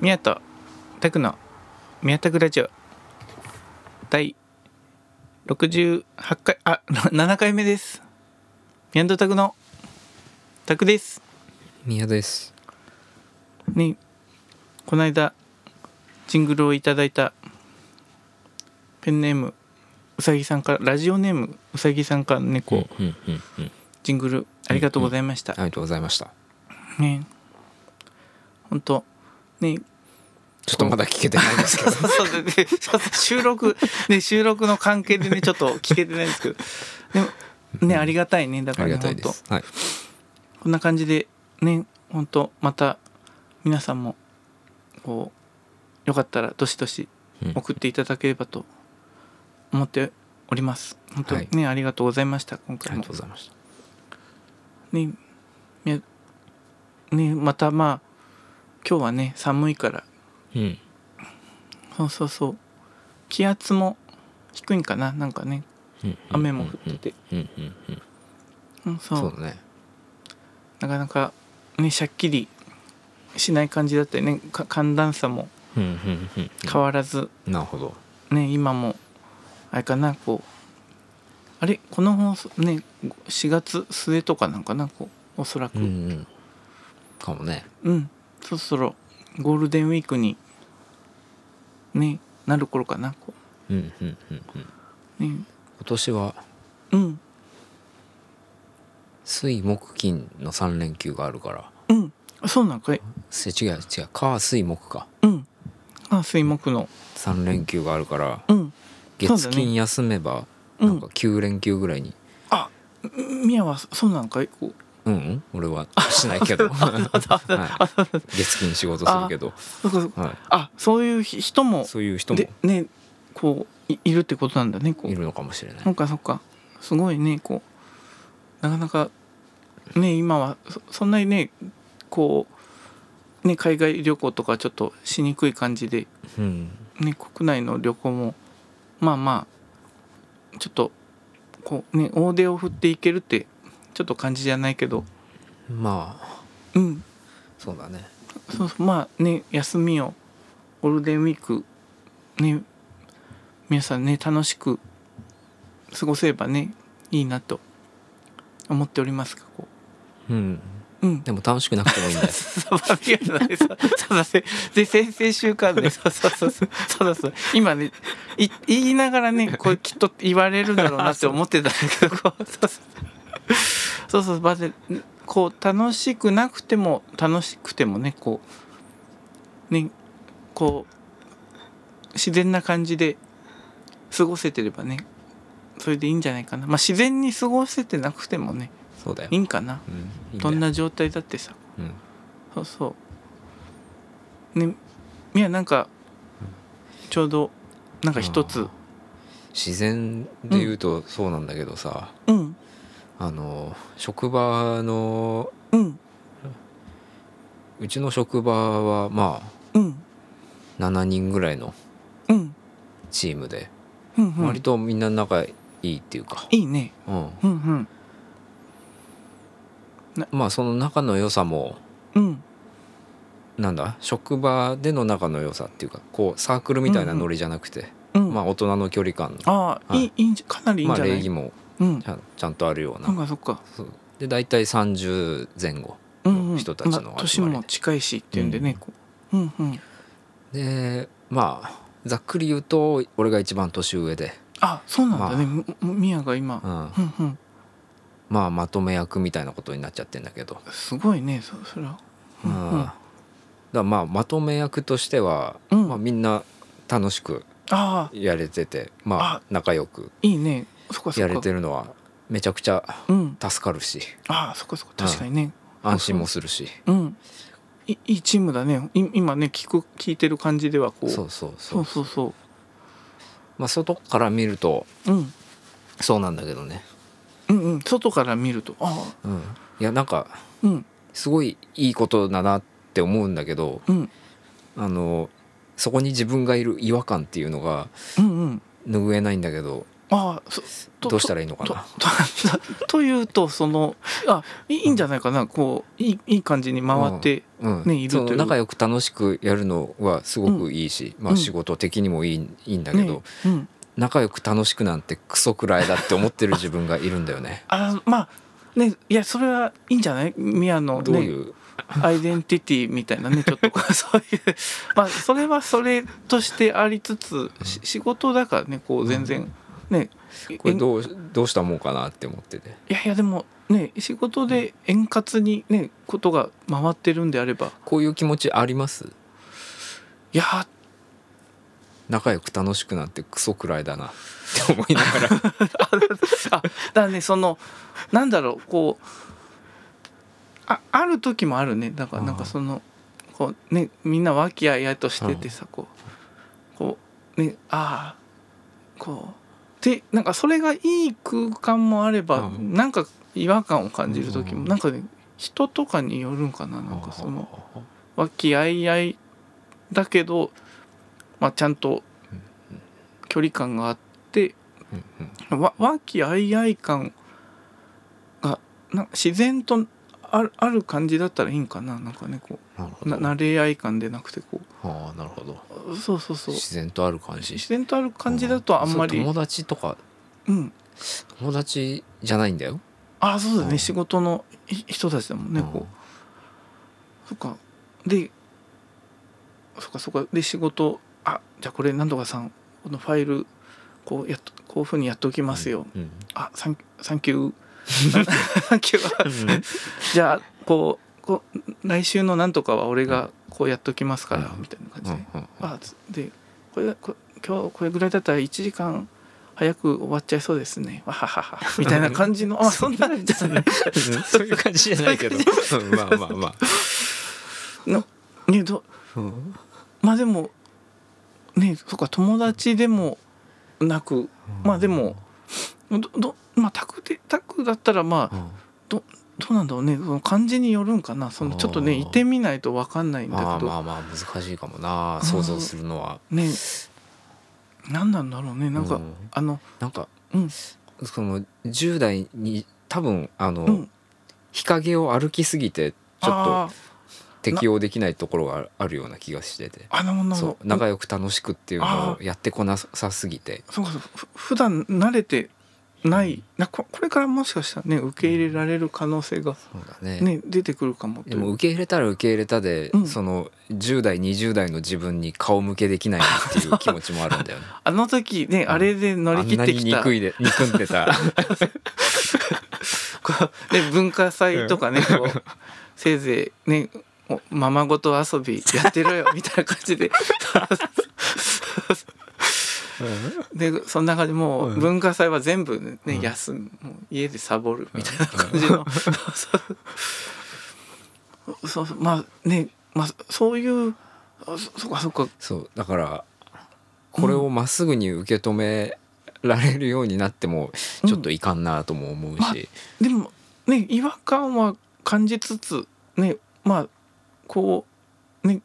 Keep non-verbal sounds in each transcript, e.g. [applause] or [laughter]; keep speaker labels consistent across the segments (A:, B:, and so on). A: 宮田拓の宮田ラジオ第68回あ7回 [laughs] 目です宮田拓の拓です
B: 宮です
A: ねこの間ジングルをいただいたペンネームうさぎさんからラジオネームうさぎさんから猫、
B: うんうんうんうん
A: ジングルありがとうございました、
B: ありがとうございました
A: ね本当ね
B: ちょっとまだ聞けてないですけ
A: そうそうそうででちょっと収録ね収録の関係でねちょっと聞けてないんですけどでもねありがたいねだか
B: [laughs] ど
A: ら
B: あ
A: ね
B: りがたい
A: 本
B: で
A: 当
B: すはい
A: こんな感じでね本当また皆さんもこうよかったらどしどし
B: うん
A: 送っていただければと思っております本当
B: はい
A: ね、ありがとうございました今
B: あ
A: 回
B: り
A: も
B: がとうございました
A: ねねねまたまあ今日はね寒いから
B: うん
A: そうそうそう気圧も低いんかななんかね
B: うん
A: 雨も降ってて、
B: うんうんうん
A: うん、そう
B: そうだね
A: なかなかねしゃっきりしない感じだったよねか寒暖差も
B: うんうんうん
A: 変わらず、
B: なるほど
A: ね今もあれかなこうあれこの放送ね4月末とかなんかなこうおそらく
B: うんうんかもね
A: うん、そろそろゴールデンウィークにねなる頃かなこ
B: うんうんうんう
A: う
B: ん
A: ね
B: 今年は
A: うん
B: 水木金の三連休があるから
A: うんあそうなんかい
B: せ違う違う火水木か
A: うんあ水木の
B: 三連休があるから
A: うん
B: 月
A: そうだね
B: 金休めば
A: うん
B: なんか九連休ぐらいに
A: あみやはそうなんかいこう
B: うんうん俺はしないけどはい月金仕事するけど
A: そうかそうか
B: は
A: あそういうひ人も
B: いそういう人も
A: でねこういいるってことなんだねこう
B: いるのかもしれない
A: そっかそっかすごいねこうなかなかね今はそそんなにねこうね海外旅行とかちょっとしにくい感じで、
B: うん
A: ね、国内の旅行もまあまあちょっとこうね大手を振っていけるってちょっと感じじゃないけど
B: まあ
A: うん
B: そうだね
A: そうそうまあね休みをゴールデンウィークね皆さんね楽しく過ごせればねいいなと思っておりますがこ
B: うん
A: ううん
B: でも楽しくなくて
A: [laughs]
B: もいいんだよ
A: そうそうありがとうご [laughs] ざいますそうだせで先々週からねそうそうそうそうそうだそう今ねい言いながらねこれきっと言われるだろうなって思ってたんだけどこうそうそうそうそうまずこう楽しくなくても楽しくてもねこうねこう自然な感じで過ごせてればねそれでいいんじゃないかなまあ自然に過ごせてなくてもね
B: そうだよ
A: いいんかな
B: うんいいだ
A: ど
B: よ
A: んな状態だってさ
B: うん
A: そうそうねみやなんかちょうどなんか一つ
B: 自然で言うとそうなんだけどさ
A: うん
B: あの職場の
A: うん
B: うちの職場はま
A: うん
B: あ7人ぐらいの
A: うん
B: チームで
A: うんうん
B: 割とみんな仲いいっていうか
A: いいね
B: うん
A: うんうん
B: まあその仲の良さも
A: うん
B: なんだ職場での仲の良さっていうかこうサークルみたいなノリじゃなくて、
A: うん
B: まあ大人の距離感
A: ああ、
B: は
A: い
B: い
A: いいいんじゃかなりいいん
B: まあ
A: じゃな
B: 礼
A: い、
B: 儀も
A: うん
B: ちゃんちゃんとあるような
A: なんかそっか
B: そうで大体30前後
A: うんうん
B: 人たちの集まり
A: ま
B: で
A: あ年も近いしっていうんでね、こううんうん
B: でまあざっくり言うと俺が一番年上で、
A: あそうなんだね、みみやが今
B: う、ん
A: うん、うん
B: まあまとめ役みたいなことになっちゃってんだけど、
A: すごいねそそれはう
B: うん
A: んうん
B: だからまあまとめ役としては、
A: うん
B: まあ、みんな楽しく
A: ああ
B: やれててま
A: あ
B: あ仲良く
A: いいねそっかそっか
B: やれてるのはめちゃくちゃ
A: うん
B: 助かるし
A: ああそっかそっか確かにね、
B: 安心もするし
A: うん。いいいチームだね。い今ね聞く聞いてる感じではこう。
B: そうそうそ
A: そううそうそ
B: まあ外から見ると
A: う。うん
B: そうなんだけどね、
A: うんうん。外から見るとああ
B: うん、いやなんか
A: うん
B: すごいいいことだなって思うんだけど
A: うん
B: あのそこに自分がいる違和感っていうのが
A: うんうん。
B: 拭えないんだけど
A: ああそと
B: どうしたらいいのか
A: と
B: な
A: と [laughs] というとそのあいいいいんじゃないかなこういいいい感じに回って、
B: うん
A: ねいる
B: そ
A: とい
B: の
A: う
B: 仲良く楽しくやるのはすごくいいし、ま
A: う
B: あ
A: ん
B: 仕事的にもいい,、いいんだけど、
A: ねうん、
B: 仲良く楽しくなんてクソくらいだって思って
A: [laughs]
B: る自分がいるんだよね
A: あまあねいやそれはいいんじゃない宮の、ね、
B: どういう、
A: アイデンティティみたいなねちょっとこうそういうまあそれはそれとしてありつつし仕事だからねこう全然ね
B: これどうどうしたもんかなって思ってて
A: いやいやでもね仕事で円滑にねことが回ってるんであれば
B: こういう気持ちあります
A: いやー
B: 仲良く楽しくなんてクソくらいだなって思いながら
A: あだからねそのなんだろうこうあある時もあるねだから
B: うん
A: なんかそのこうねみんな和気あいあいとしててさこうこうねああこうでなんかそれがいい空間もあれば
B: うん
A: なんか違和感を感じる時
B: う
A: も
B: ん
A: なんかね人とかによるんか [laughs] ななんかその和気あいあいだけどまあちゃんと距離感があって
B: うんうん
A: わ和気あいあい感がな自然とあるある感じだったらいいんかななんかねこ
B: なるほ
A: うな
B: ど
A: 慣れ合い感でなくてこ
B: ああなるほど
A: うそうそうそう
B: 自然とある感じ
A: 自然とある感じだとあんまり
B: そう友達とか
A: うん
B: 友達じゃないんだよ
A: あそうだ
B: う
A: ね
B: ん
A: 仕事のい人たちだもんねこうそっかでそっかそっかで仕事あじゃあこれ何とかさんこのファイルこうやっとこういうふうにやっておきますよ
B: うんうん
A: あサンキューサ [laughs] ンキューサンキューじゃあこうこう来週のなんとかは俺がこうやっときますから、
B: うん
A: みたいな感
B: う
A: じで、
B: んうん
A: あつでこれこ今日これぐらいだったら1時間早く終わっちゃいそうですねわはははみたいな感じの [laughs] あそんなじゃない
B: うんそういう感じじゃないけどうんまあまあまあ
A: のねど
B: うん
A: まあでもねそっか友達でもなくまあでもどどまあ宅で宅だったらま
B: う
A: あ
B: ん
A: どうなんだろうねその感じによるんかなそのちょっとね
B: あー
A: いてみないと分かんないんだけど、
B: まあまあまあ難しいかもな
A: うん
B: 想像するのは
A: ね何なんだろうねなんか、
B: うん
A: あの
B: なんか
A: うん
B: その10代に多分あの、
A: うん
B: 日陰を歩きすぎてちょっと
A: あー
B: 適応できないところがあるような気がしてて
A: あなるほどなる
B: そ
A: ほ
B: う
A: ど
B: 仲良く楽しくっていうの
A: あ
B: をやってこなさすぎて
A: そうかそうふ普段慣れてないなここれからもしかしたらね受け入れられる可能性が、
B: そうだね
A: ね、出てくるかもとい
B: で
A: う
B: も受け入れたら受け入れたで、
A: うん
B: その10代20代の自分に顔向けできないなっていう気持ちもあるんだ
A: [laughs]
B: よね
A: あの時ねあれで乗
B: あ
A: り切
B: ん
A: っ
B: な
A: て
B: に
A: きた
B: 憎いで憎んで
A: [laughs]
B: た
A: こうね文化祭とかねこうせいぜいねおままごと遊びやってろよみたいな感じででその中でもう
B: うん
A: 文化祭は全部ね、
B: うん
A: 休むもう家でサボるみたいな感じの、そうそうそうまあねまあそういうあそそっかそっか
B: そうだからこれをまっすぐに受け止められるようになっても
A: うん
B: ちょっといかんなとも思うし、
A: でもね違和感は感じつつねまあこうね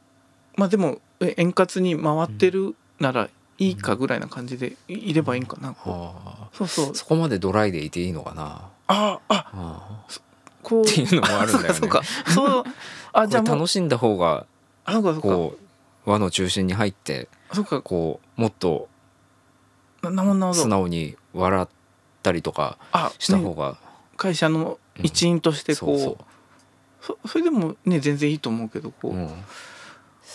A: まあでもえ円滑に回ってるならいいかぐらいな感じでいいればいいんかな、こ
B: あ
A: うそうそう
B: ーそこまでドライでいていいのかな、
A: ああ
B: あー
A: こう
B: っていうのもあるんだよね
A: [laughs] そうかそうかそうあ
B: こ
A: じゃ
B: れ
A: あもう
B: 楽しんだ方が
A: あそうかそう
B: こう輪の中心に入って
A: かそうか
B: こうもっと
A: ななるほどなるほ
B: 素
A: ど
B: 直に笑ったりとか
A: あ
B: した
A: ね
B: 方が、
A: 会社の一員としてこう,、
B: そう
A: そそれでもね全然いいと思うけどこ、
B: そうう、うん、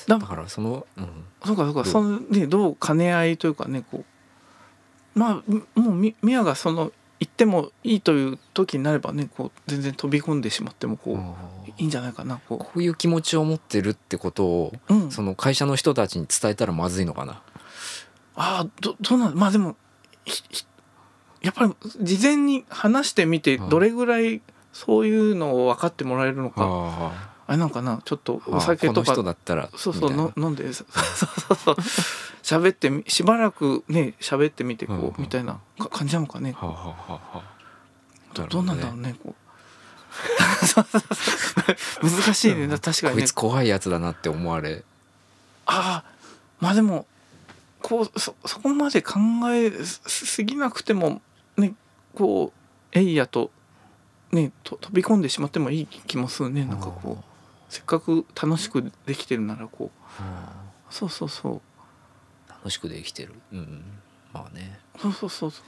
A: だ
B: だからその、うん
A: そうかそうか
B: どう
A: そのねどう兼ね合いというかねこうまあみもうみミヤがその行ってもいいという時になればねこう全然飛び込んでしまってもこう、いいんじゃないかなこ
B: こういう気持ちを持ってるってことを
A: う、うん、
B: その会社の人たちに伝えたらまずいのかな。
A: ああどどうなんまあでもひひやっぱり事前に話してみて
B: うん
A: どれぐらいそういうのを分かってもらえるのか、
B: あ
A: あれなんかなちょっと
B: あ
A: お酒と
B: この
A: か
B: 人だったら
A: そうそう
B: みたい
A: の
B: な
A: 飲んでそうそう
B: [laughs]
A: そう喋ってみしばらくね喋ってみてこう、
B: うんうん
A: みたいなか感じなのかね
B: はあはあはあはあ
A: ど
B: るほ
A: どう
B: ね
A: なんだろうねこうそうそうそう [laughs] 難しいね確かに
B: こい
A: ね
B: つ怖いやつだなって思われ
A: ああまあでもここうそそこまで考えすすぎなくてもねこうえいやとねと飛び込んでしまってもいい気もするねなんかこうせっかく楽しくできてるならこう
B: うん
A: そうそうそう
B: 楽しくできてるうんまあね
A: そうそうそうそ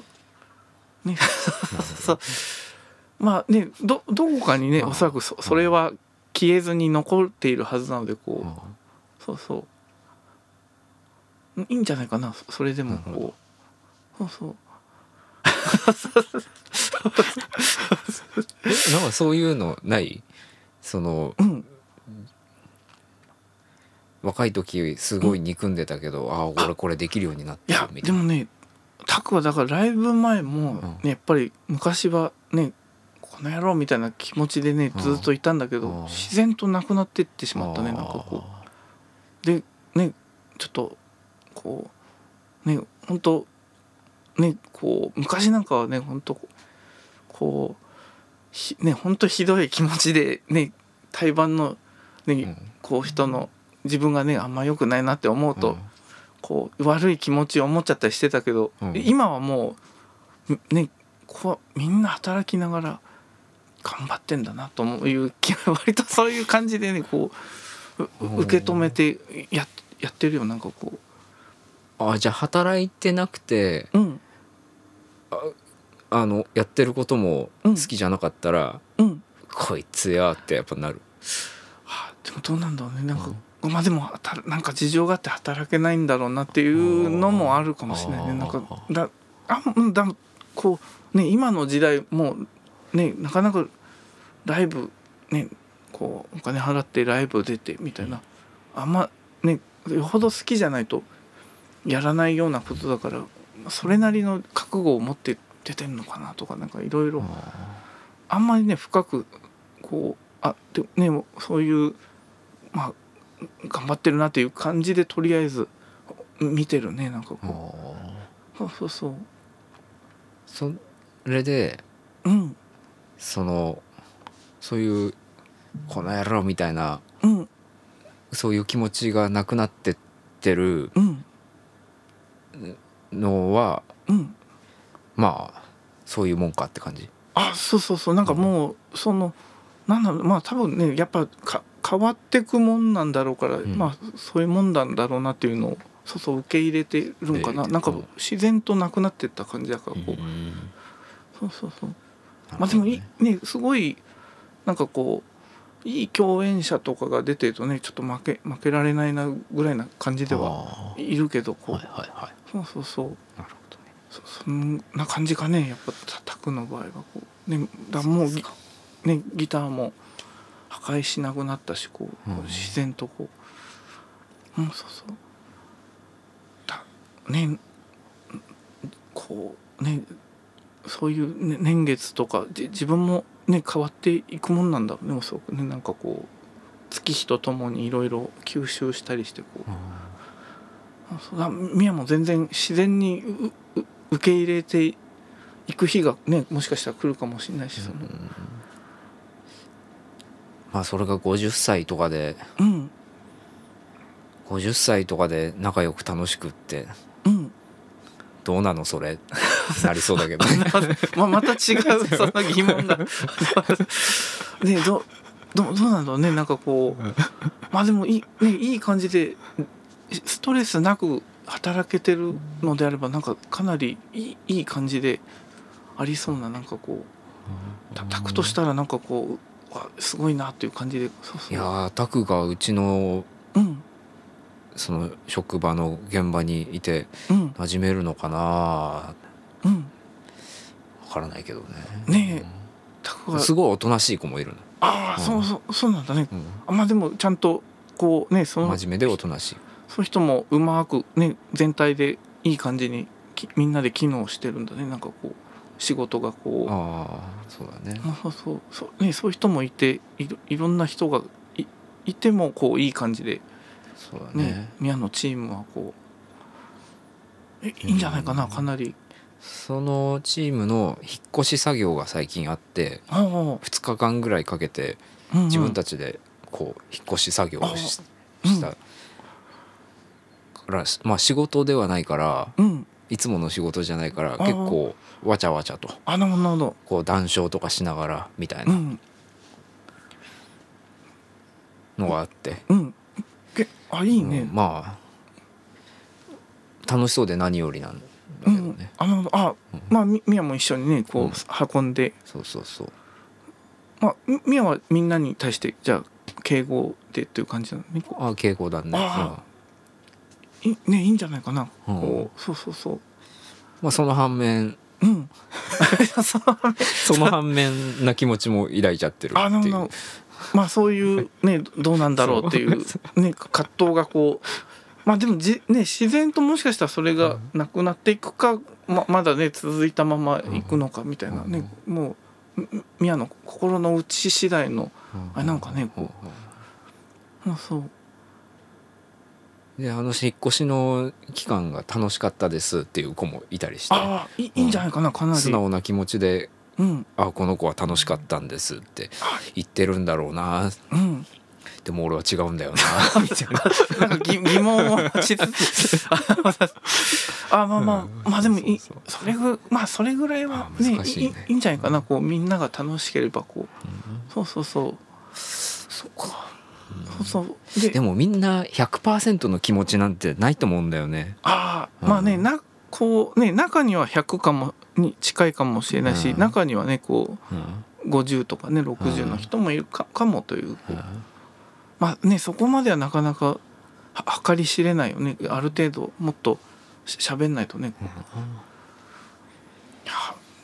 A: うね
B: そう
A: まあねどどこかにね
B: うん
A: おそらくそそれは消えずに残っているはずなのでこう、そうそうんいいんじゃないかなそそれでも
B: なる
A: こうそう
B: [laughs] なんかそういうのないその
A: そううん
B: 若い時すごい憎んでたけど、ああ俺これできるようになっ
A: い
B: て
A: や
B: るみた
A: で
B: いな
A: もねタクはだからライブ前も、ね
B: うん
A: やっぱり昔はねこの野郎みたいな気持ちでね
B: うん
A: ずっといたんだけど、
B: うん
A: 自然となくなってってしまったねなんかこ
B: あ
A: うでねちょっとこうね本当ねこう昔なんかはね本当こうひね本当ひどい気持ちでね対バンのね、
B: ーうん
A: こう人の自分がねあんま良くないなって思うと、
B: うん
A: こう悪い気持ちを持っちゃったりしてたけど、
B: うん
A: 今はもうねこうみんな働きながら頑張ってんだなという気割とそういう感じでねこう
B: うん
A: う受け止めてややってるよなんかこ
B: あじゃあ働いてなくて
A: ううん
B: あのやってることも好きじゃなかったら、
A: うん
B: こいつやってやっぱなる
A: はあでもどうなんだろうねなんか、まあでもはたなんか事情があって働けないんだろうなっていうのもあるかもしれないね
B: うん
A: なんかだあうんだこうね今の時代もうねなかなかライブねこうお金払ってライブ出てみたいなあんまねよほど好きじゃないとやらないようなことだからそれなりの覚悟を持って出てんのかなとかなんかいろいろあんまりね深くこうあでねもうそういうまあ頑張ってるなっていう感じでとりあえず見てるねなんかこう、そうそうそう
B: それで
A: うん
B: そのそういうこの野郎みたいな
A: うん
B: そういう気持ちがなくなってってる
A: うん
B: のは
A: うん
B: まあそういうもんかって感じ。
A: あそうそうそうなんかもう、そのなんだろうまあ多分ねやっぱか変わってくもんなんだろうから、
B: ん
A: まあそういうもんなんだろうなっていうのをそうそう受け入れてるんかな、
B: ええ
A: なんか
B: うん
A: 自然となくなってった感じだからこう、そうそうそうまあでもいいねすごいなんかこういい共演者とかが出てるとねちょっと負け負けられないなぐらいな感じでは
B: はい
A: るけどこう、
B: いはいはい。
A: そうそうそう
B: なるほどね。
A: そそんな感じかねやっぱ叩くの場合はこうねだもうぎねギターも破壊しなくなったしこう、
B: うん
A: こう自然とこううんそうそうだねんこうねそういう、ね、年月とかじ自分もね変わっていくもんなんだろうねおそらくねなんかこう月日とともにいろいろ吸収したりしてこうあそうだミヤも全然自然にうう受け入れていく日がねもしかしたら来るかもしれないしその
B: まあそれが50歳とかで
A: うん
B: 50歳とかで仲良く楽しくって
A: うん
B: どうなのそれなりそうだけ
A: [laughs]
B: どね。
A: ままた違うその疑問 [laughs] がねどどうどうなんだろうねなんかこうまあでもいい,、ね、いい感じでストレスなく働けてるのであればなんかかなりいいいい感じでありそうななんかこうたタクとしたらなんかこううわすごいなっていう感じでそうそう
B: いやータクがうちの
A: うん
B: その職場の現場にいて
A: うん
B: 馴染めるのかなわ
A: うん
B: からないけどね。
A: ねタコ
B: うん
A: が
B: すごいおとなしい子もいるの。
A: ああ、
B: うん
A: そうそうそうなんだね
B: うん
A: あまあでもちゃんとこうねその
B: 真面目でおとなしい。
A: そういう人もうまくね全体でいい感じにきみんなで機能してるんだねなんかこう仕事がこう
B: ああそうだね。
A: あそうそうそうねそういう人もいていろいろんな人がいいてもこういい感じで
B: そうだね。
A: ね宮のチームはこうえいいんじゃないかな
B: うん
A: かなり
B: そのチームの引っ越し作業が最近あって
A: ああ、うん
B: 2日間ぐらいかけて
A: うん
B: 自分たちでこう引っ越し作業をし,、
A: あうん
B: したから、まあ、仕事ではないから
A: うん
B: いつもの仕事じゃないから
A: あー
B: 結構わちゃわちゃと
A: あなるほどなるほど
B: こう談笑とかしながらみたいうなんのがあって、
A: うんけあいいね、
B: うんまあ楽しそうで何よりなんだけ
A: う
B: ど
A: ん
B: ね、
A: あなるほどあ、
B: うん
A: まあみみやも一緒にねこう、運んで
B: そうそうそう
A: まあみみやはみんなに対してじゃあ敬語でという感じなのねこ
B: ああ傾向だね
A: あういねいいんじゃないかな、
B: うんうん
A: こうそうそうそう
B: まあ、その反面
A: うん
B: [laughs]
A: そう
B: その反面な気持ちも抱いちゃってる
A: あな
B: っ
A: る
B: て
A: ほ
B: い
A: ど
B: う
A: まあそういうねどどうなんだろうっていう
B: [laughs] そ
A: ね葛藤がこうまあでもじ、ね、自然ともしかしたらそれがなくなっていくかままだね続いたままいくのかみたいなねもうみ宮の心の内次第のあれなんかねこまあそう
B: であの引っ越しの期間が楽しかったですっていう子もいたりして
A: ああいいいいんじゃないかなかなり
B: 素直な気持ちで
A: うん
B: 「あこの子は楽しかったんです」って
A: は
B: 言ってるんだろうな
A: うん
B: でも俺は違うんだよな [laughs] みたいな
A: なんか疑疑問を持ちつつ
B: [laughs]
A: あまあまあ、
B: うん
A: まあでもいい
B: そう
A: それぐまあそれぐらいは
B: あ
A: ね
B: 難し
A: い
B: いね
A: いいいんじゃないかなこうみんなが楽しければこうそうそうそう
B: そっか
A: そうそうで
B: でもみんな100%の気持ちなんてないと思うんだよね
A: ああまあね、
B: うん
A: なこうね中には100かもに近いかもしれないし、
B: うん
A: 中にはねこ
B: うん
A: う50とかね60の人もいるか,、かもという、
B: うん
A: まあねそこまではなかなかは計り知れないよねある程度もっとし喋んないとね、いや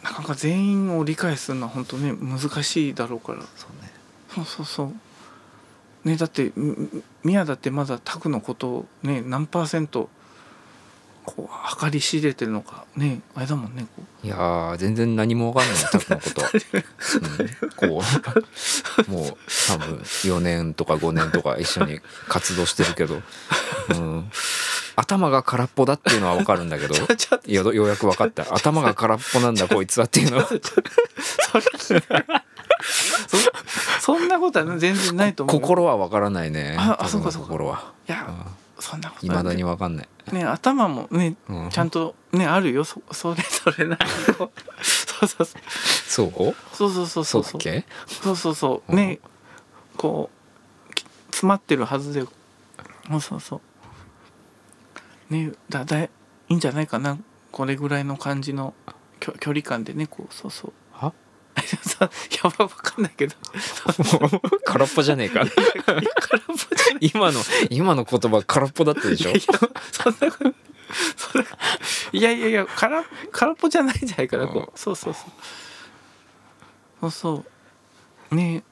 A: なかなか全員を理解するのは本当ね難しいだろうから
B: そうね
A: そうそうそうねだってみみ宮だってまだタクのことをね何パーセントこう計り知れてるのかねあれだもんねこう
B: いやー全然何もわかんないタクのこと、うんこうもう多分4年とか5年とか一緒に活動してるけど、うん、頭が空っぽだっていうのはわかるんだけ
A: [laughs]
B: ど
A: ちょっと
B: いやよようやく分かった頭が空っぽなんだこいつはっていうのは
A: それそそんなことは全然ないと思う
B: 心は分からないね
A: ああ
B: タク
A: そうか
B: の
A: そうか
B: 心はい
A: やそんなこと
B: い
A: は
B: まだに分かんない、
A: ね頭もね
B: うん、
A: ちゃんとねあるよそ [laughs] それそれなりの [laughs] そうそうそう
B: そう
A: そうそうそうそう
B: そ
A: う
B: だっけ
A: そうそうそう
B: うん
A: ねこうき詰まってるはずでそうそうそうねだだいいんじゃないかなこれぐらいの感じの距距離感でねこうそうそう
B: は
A: [laughs] そうやばわかんないけど
B: もう空っぽじゃねえか
A: 空っぽじゃない
B: 今の今の言葉空っぽだったでしょ
A: [laughs] いやそんなことそんないやいやいや空空っぽじゃないんじゃないかなこう、
B: うん
A: そうそうそうそうそうね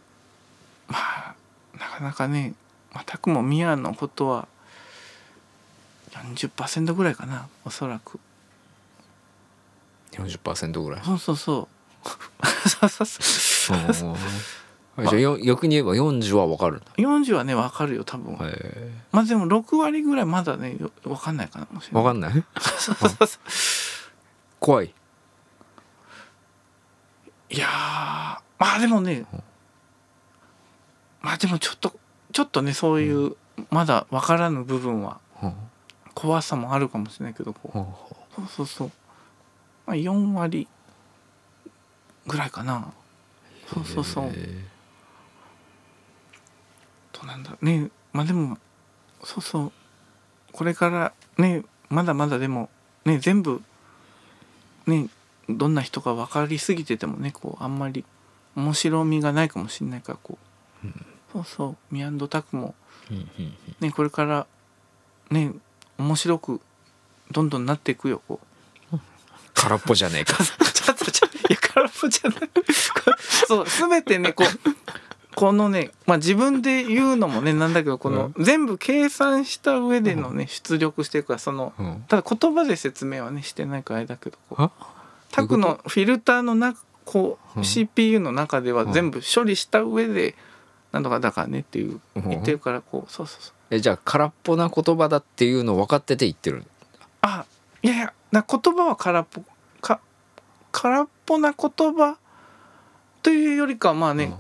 A: まあなかなかね、まあ、たくもミヤのことは40%ぐらいかなおそらく
B: 40%ぐらい
A: そうそうそうそうそうそう
B: うんじゃあよ逆に言えば40は分かるんだ
A: 40はねわかるよ多分、
B: へ
A: まあでも6割ぐらいまだねよわかんないかなもし
B: え
A: れな
B: 分
A: い
B: かんない
A: そうそうそう
B: 怖い
A: いやーまあでもね
B: うん
A: まあでもちょっとちょっとねそういうまだ分からぬ部分は
B: うん
A: 怖さもあるかもしれないけどこう
B: うん
A: そうそうそう、まあ、4割ぐらいかなそうそうそう
B: へえ
A: どうなんだろうねまあでもそうそうこれからねまだまだでもね全部ねどんな人か分かりすぎててもねこうあんまり面白みがないかもしれないからこう、
B: うん
A: そうそうミアンドタクも
B: うんうんうん
A: ねこれからね面白くどんどんなっていくよこう
B: 空っぽじゃねえか
A: [laughs] ちょっとちょっといや空っぽじゃない [laughs] そう全てねこうこのねまあ自分で言うのもねなんだけどこの、全部計算した上でのね出力していくからその
B: うん
A: ただ言葉で説明はねしてないからあれだけどこう
B: あ
A: タクのフィルターの中こ
B: う
A: うん CPU の中では
B: うん
A: 全部処理した上でなんとかだからねっていう
B: うん
A: 言ってるからこうそうそうそう
B: えじゃあ空っぽな言葉だっていうの分かってて言ってる
A: あいやいやな言葉は空っぽか空っぽな言葉というよりかはまあね、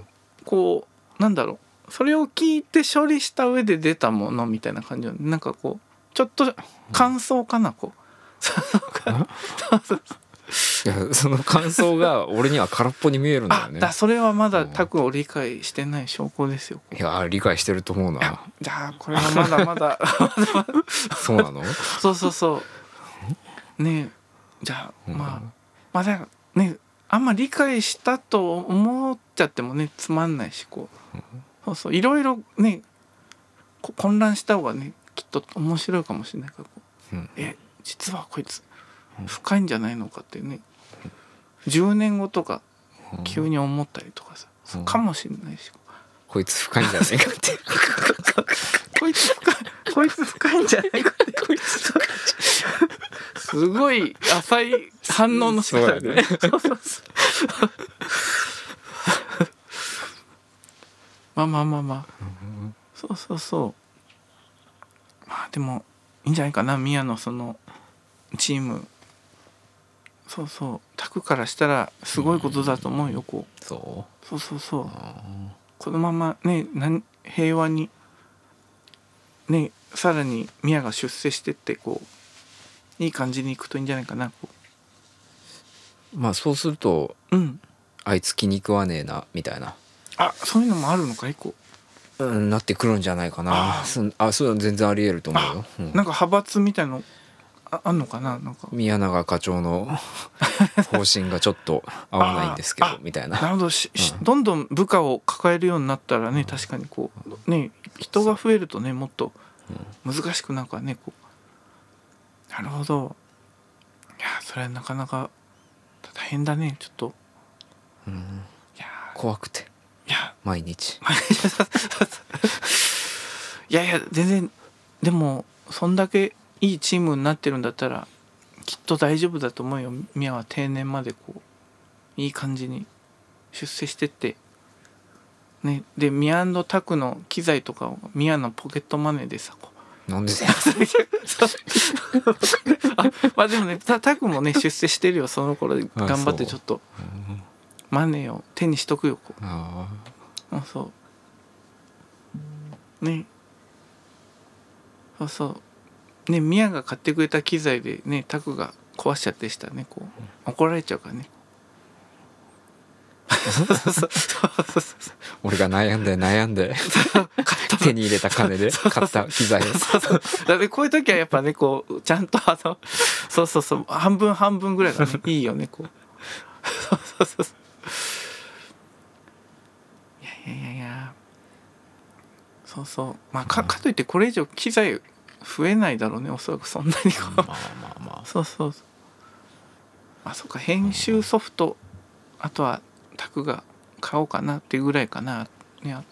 A: こうなんだろうそれを聞いて処理した上で出たものみたいな感じよねなんかこうちょっと感想かなこう
B: いやその感想が [laughs] 俺には空っぽに見えるんだ
A: あ
B: よね
A: だそれはまだタクを理解してない証拠ですよ
B: いや理解してると思うな
A: じゃあこれはまだまだ
B: そうなの
A: そうそうそうねえじゃあまあ、まあだからねあんま理解したと思っちゃってもねつまんないしこうそうそういろいろねこ混乱した方がねきっと面白いかもしれないからこう、
B: うん
A: え実はこいつ深いんじゃないのかってね10年後とか
B: うん
A: 急に思ったりとかさ、
B: うん
A: かもしれないし
B: こいつ深いんじゃないかって
A: [laughs] こいつ深いこいつ深いんじゃないかってこいつ深いすごい浅い反応の仕方だね [laughs]
B: そ
A: そうそうそうまあまあまあまあそうそうそうまあでもいいんじゃないかな宮のそのチームそうそうタクからしたらすごいことだと思うよこう
B: [laughs] そ
A: そうそうそう
B: ううん
A: このままねなん平和にねさらに宮が出世してってこういい感じにいくといいんじゃないかなこ
B: まあそうすると
A: ううん
B: あいつ気に食わねえなみたいな、
A: あそういうのもあるのかいこ
B: うん、なってくるんじゃない
A: あ
B: かな
A: ー
B: そんあそういうの全然ありえると思うよ、う
A: うんなんか派閥みたいのああんのかななんか
B: 宮永課
A: [laughs]
B: 長の方針がちょっと合わないんですけ
A: あーあ
B: どみたい
A: なる
B: な
A: ほどし、し
B: うん
A: どんどん部下を抱えるようになったらね確かにこうね人が増えるとねもっと難しくなんかねこうなるほどいやそれはなかなか大変だねちょっと
B: うん
A: いや
B: 怖くて
A: いや
B: 毎日
A: いやいや全然でもそんだけいいチームになってるんだったらきっと大丈夫だと思うよ宮は定年までこういい感じに出世してってねで宮タクの機材とかを宮のポケットマネーでさこう
B: なんで
A: [laughs]
B: だよ
A: あまあでもねタタクもね出世してるよその頃頑張ってちょっと
B: うん
A: マネーを手にしとくよこう
B: あ
A: あそうねそうそうねミヤが買ってくれた機材でねタクが壊しちゃってしたねこう怒られちゃうからねそうそうそうそうそう
B: ー俺が悩んで悩
A: [laughs]
B: んで手に入れた金で買った機材を
A: そうそうだってこういう時はやっぱねこうちゃんとあのそうそうそう半分半分ぐらいがねいいよねこうそうそうそういやいやいやいやそうそうまあかかといってこれ以上機材増えないだろうねおそらくそんなにこう
B: まあまあま
A: そうそうそうあそうか編集ソフトあとはタクが買おうかなっていうぐらいかな、ねあ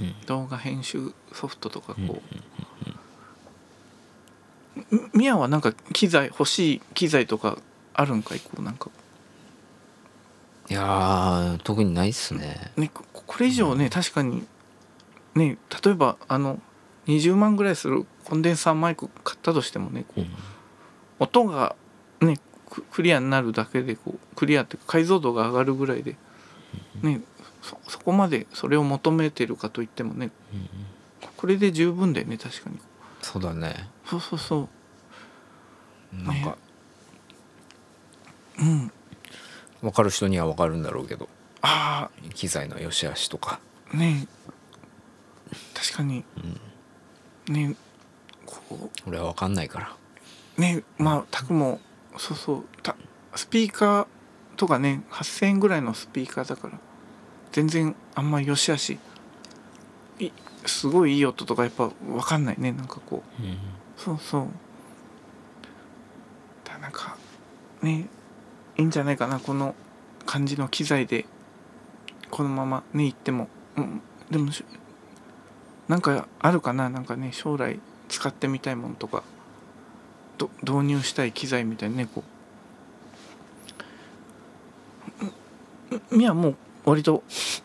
B: うん
A: 動画編集ソフトとか
B: うんうん
A: こうみみやはなんか機材欲しい機材とかあるんかいこうなんか
B: いやー特にないっすね
A: ねここれ以上ね確かにね例えばあの20万ぐらいするコンデンサーマイク買ったとしてもねこう音がねククリアになるだけでこうクリアっていうか解像度が上がるぐらいで、ね、そそこまでそれを求めてるかといってもねこれで十分だよね確かに
B: そうだね
A: そうそうそう
B: なん
A: ね
B: か
A: うん
B: 分かる人には分かるんだろうけど
A: あ
B: 機材の良し悪しとか
A: あね確かに
B: うん
A: ねこ
B: 俺は分かんないから
A: うねまあタクもそうそうたスピーカーとかね8,000円ぐらいのスピーカーだから全然あんま良し悪しいすごいいい音とかやっぱ分かんないねなんかこうそうそうだなんかねいいんじゃないかなこの感じの機材でこのままね行っても、うん、でもしなんかあるかななんかね将来使ってみたいものとかど導入したい機材みたいなねこうみやもう割と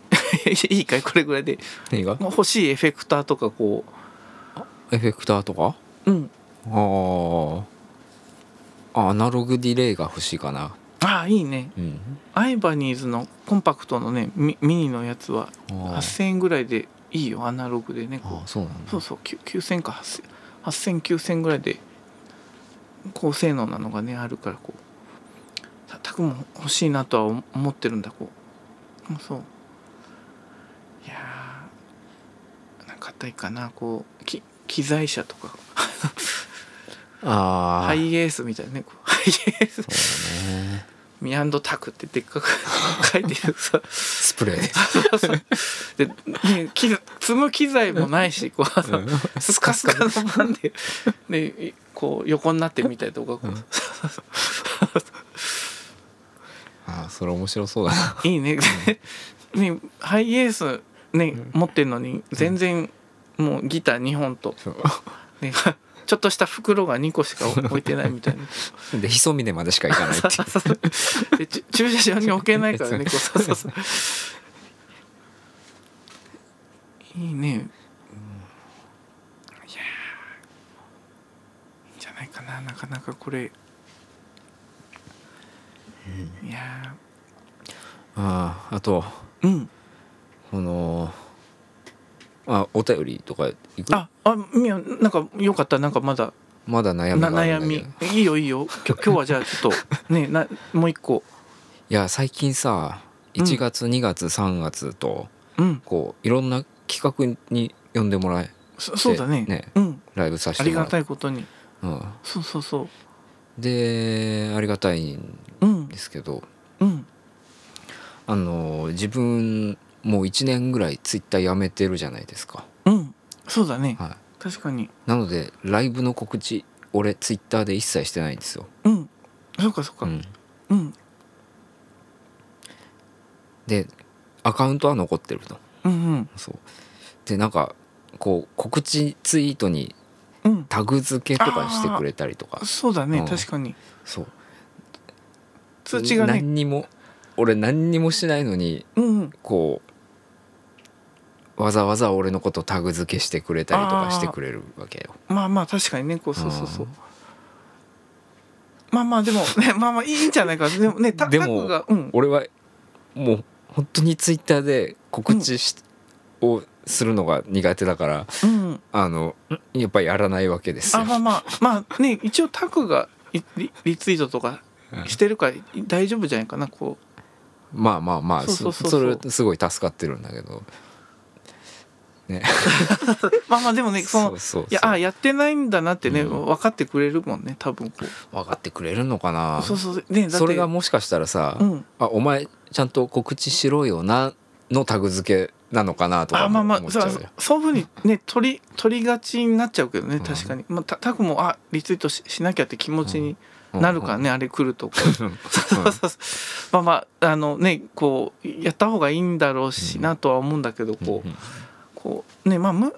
A: [laughs] いいかいこれぐらいで
B: 何が
A: 欲しいエフェクターとかこ
B: エフェクターとか
A: ううん
B: あーあアナログディレイが欲しいかな
A: ああいいね
B: うん
A: アイバニーズのコンパクトのねミミニのやつは
B: あー
A: 8,000円ぐらいでいいよアナログでねこ
B: あーそうなん
A: う
B: だ
A: そうそうきゅ9,000か8,000 80009000ぐらいで高性能なのがねあるからこうたたくも欲しいなとは思思ってるんだこううんそういやーなんか硬いかなこうき機材車とか
B: ああ、
A: ハイエースみたいなねこうハイエース
B: そうだね
A: ミアンドタクってでっかく [laughs] 書いてるさ
B: スプレー
A: [laughs]
B: で
A: で、ね、機積む機材もないしこう、スカスカのパンででいこう横になってみたいとかこう、
B: ああそれ面白そうだない
A: いねねハイエース、ね持ってるのに全然もうギター2本と、ね、ちょっとした袋が2個しか置いてないみたいな
B: [laughs] でひそみねまでしか行かないっていう
A: でちゅ駐車場に置けない
B: [laughs]
A: からねこうそうそうそういいね、いやーいいんじゃないかななかなかこれ、いや
B: あああと
A: ーうん
B: このあお便りとか行く
A: あ、あ、みや、なんか、よかった、なんか、まだ、
B: まだ悩みが
A: な、
B: ある
A: 悩
B: んだけ
A: み
B: ど。
A: いいよ、いいよ、
B: [laughs]
A: きょ今日は、じゃ、あちょっと、ね、な、もう一個。
B: いや最近さ
A: うん
B: 1月2月3月と
A: うん、
B: こういろんな企画に呼んでもらえ
A: そそうだね
B: ね
A: うん、
B: ライブさせ
A: あ
B: て
A: り
B: もら
A: が
B: って
A: たいことに。
B: うん、
A: そうそうそ
B: でありがたいん
A: う。うん
B: で、すけど
A: うん、
B: あの自分もう1年ぐらいツイッターやめてるじゃないですか、
A: うん、そうだね。
B: はい、
A: 確かに。
B: なのでライブの告知俺ツイッターで一切してないんですよ、
A: うん、そうか、そうか。
B: うん
A: うん、
B: でアカウントは残ってると
A: うん、うん、
B: そうでなんかこう告知ツイートに
A: うん。
B: タグ付けとかしてくれたりとか
A: そうだね
B: う、ん
A: 確かに。
B: そう
A: 通知がね。
B: 何にも俺何にもしないのに
A: うん、うん、
B: こうわざわざ俺のことタグ付けしてくれたりとかしてくれるわけよ
A: まあ、まあ、確かにね、こう、そうそうそう
B: うん。
A: まあまあでも [laughs] ねまあまあいいんじゃないかでもねた
B: でも
A: タコがうん
B: 俺はもう本当にツイッターで告知し、をするのが苦手だから
A: うん
B: あのやっぱりやらないわけですよ
A: あまあまあまあね一応タクがいリリツイートとかしてるから大丈夫じゃないかなこ
B: まあまあまあ
A: そうそうそ
B: そ
A: う
B: そ
A: そう
B: れすごい助かってるんだけど
A: うまあまあでもねその
B: うそうそう
A: いやあやってないんだなってね、
B: うん
A: 分かってくれるもんね多分こう
B: 分かってくれるのかな
A: そうそうねだって
B: それがもしかしたらさ、
A: うん
B: あお前ちゃんと告知しろよなのタグ付けなのかなとか
A: あまあま
B: 思
A: あ
B: っちゃ
A: そう
B: よ
A: うそういうふうにね取り取りがちになっちゃうけどね確かに、まあ、タタクもあリツイートししなきゃって気持ちになるからね、あれ来る
B: [laughs]
A: とかそうそうそうまあまああのねこうやった方がいいんだろうしなとは思うんだけど
B: うんうん
A: こうこうねまあむ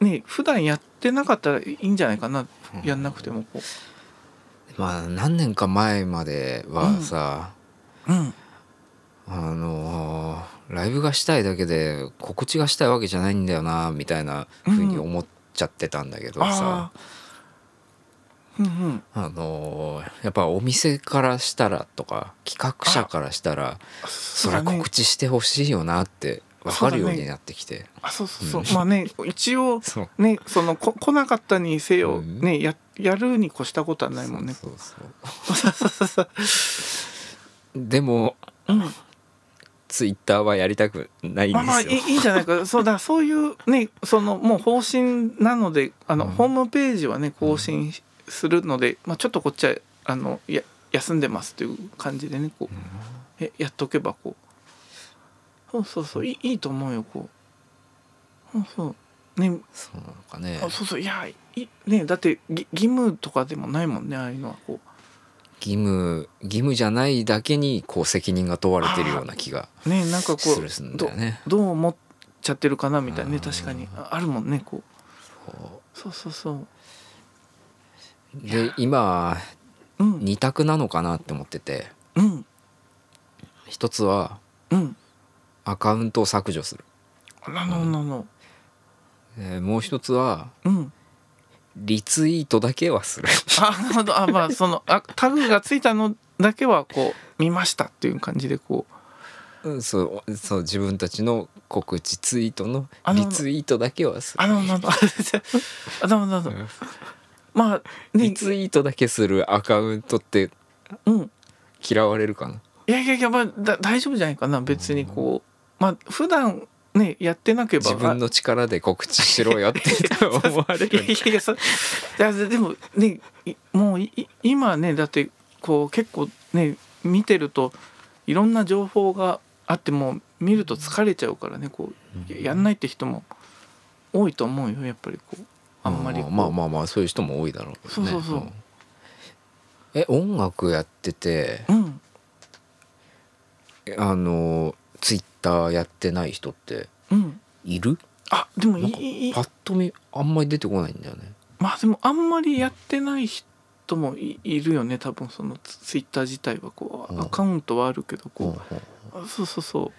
A: ね普段やってなかったらいいんじゃないかなやんなくてもこ
B: まあ何年か前まではさ、
A: ううん
B: あのーライブがしたいだけで告知がしたいわけじゃないんだよなみたいなふうに思っちゃってたんだけどさ
A: あ、ーうんうん
B: あのーやっぱお店からしたらとか企画者からしたら
A: そ
B: そりゃ告
A: 知
B: 知してほしいよなって分かるようになってきて
A: あそうそう
B: う
A: そ
B: ん
A: うまあね一応
B: そう
A: ねそのこ来なかったにせよ
B: うん
A: ねややるに越したことはないもんね
B: そうそうそう [laughs] でも
A: うん
B: ツイッターはやりたくないん
A: まあまあ
B: で
A: い
B: す
A: いい
B: よ、
A: いんじゃない
B: [laughs]
A: かそうだそういうねそのもう方針なのであの、
B: うん
A: ホームページはね更新するので、まあ、ちょっとこっちはあのや休んでますという感じでねこう、えやっとけばこうそうそうそういいいいと思うよこうそうそうね
B: そうなのかね
A: あそうそういやいいねだってぎ義務とかでもないもんねああいうのはこ
B: 義務義務じゃないだけにこう責任が問われてるような気が
A: うねなんかこ
B: するん
A: うど
B: だよね。
A: どう思っちゃってるかなみたいなね
B: うん
A: 確かにああるもんねこう
B: こ
A: そうそうそう
B: うで今
A: うん
B: 二択なのかなって思ってて
A: うん
B: 一つは
A: うん
B: アカウントを削除する、
A: なのなの
B: えーもう一つは
A: うん
B: リツイートだけはする [laughs]
A: あ [laughs] なるほどあまあそのあタグがついたのだけはこう見ましたっていう感じでこ
B: うんそうそう自分たちの告知ツイートの
A: あの
B: リツイートだけは
A: う
B: す
A: あ
B: る
A: なるほどあなるほどあなるほど
B: うん
A: まあね
B: リツイートだけするアカウントって
A: うん
B: 嫌われるかない
A: やいやいや、まあ、だ大丈夫じゃないかな別にこうまあ普段ねやってなければ
B: 自分の力で告知しろよって
A: [laughs]
B: 思われ
A: いや
B: る
A: いやいやそいやでもねいもういい今ねだってこう結構ね見てるといろんな情報があってもう見ると疲れちゃうからねこうやんないって人も多いと思うよやっぱりこうあんまりこう
B: まあまあまあそういう人も多いだろうけどね
A: そうそうそうん
B: え音楽やってて
A: うん
B: あのツイッターやってない人って
A: うん
B: いる
A: あでも
B: なんか
A: いい
B: パッと見あんまり出てこないんだよね
A: まあでもあんまりやってない人もいいるよね多分そのツツイッター自体はこ
B: う
A: うんアカウントはあるけど
B: うんう
A: こ
B: ん
A: う、あそうそうそ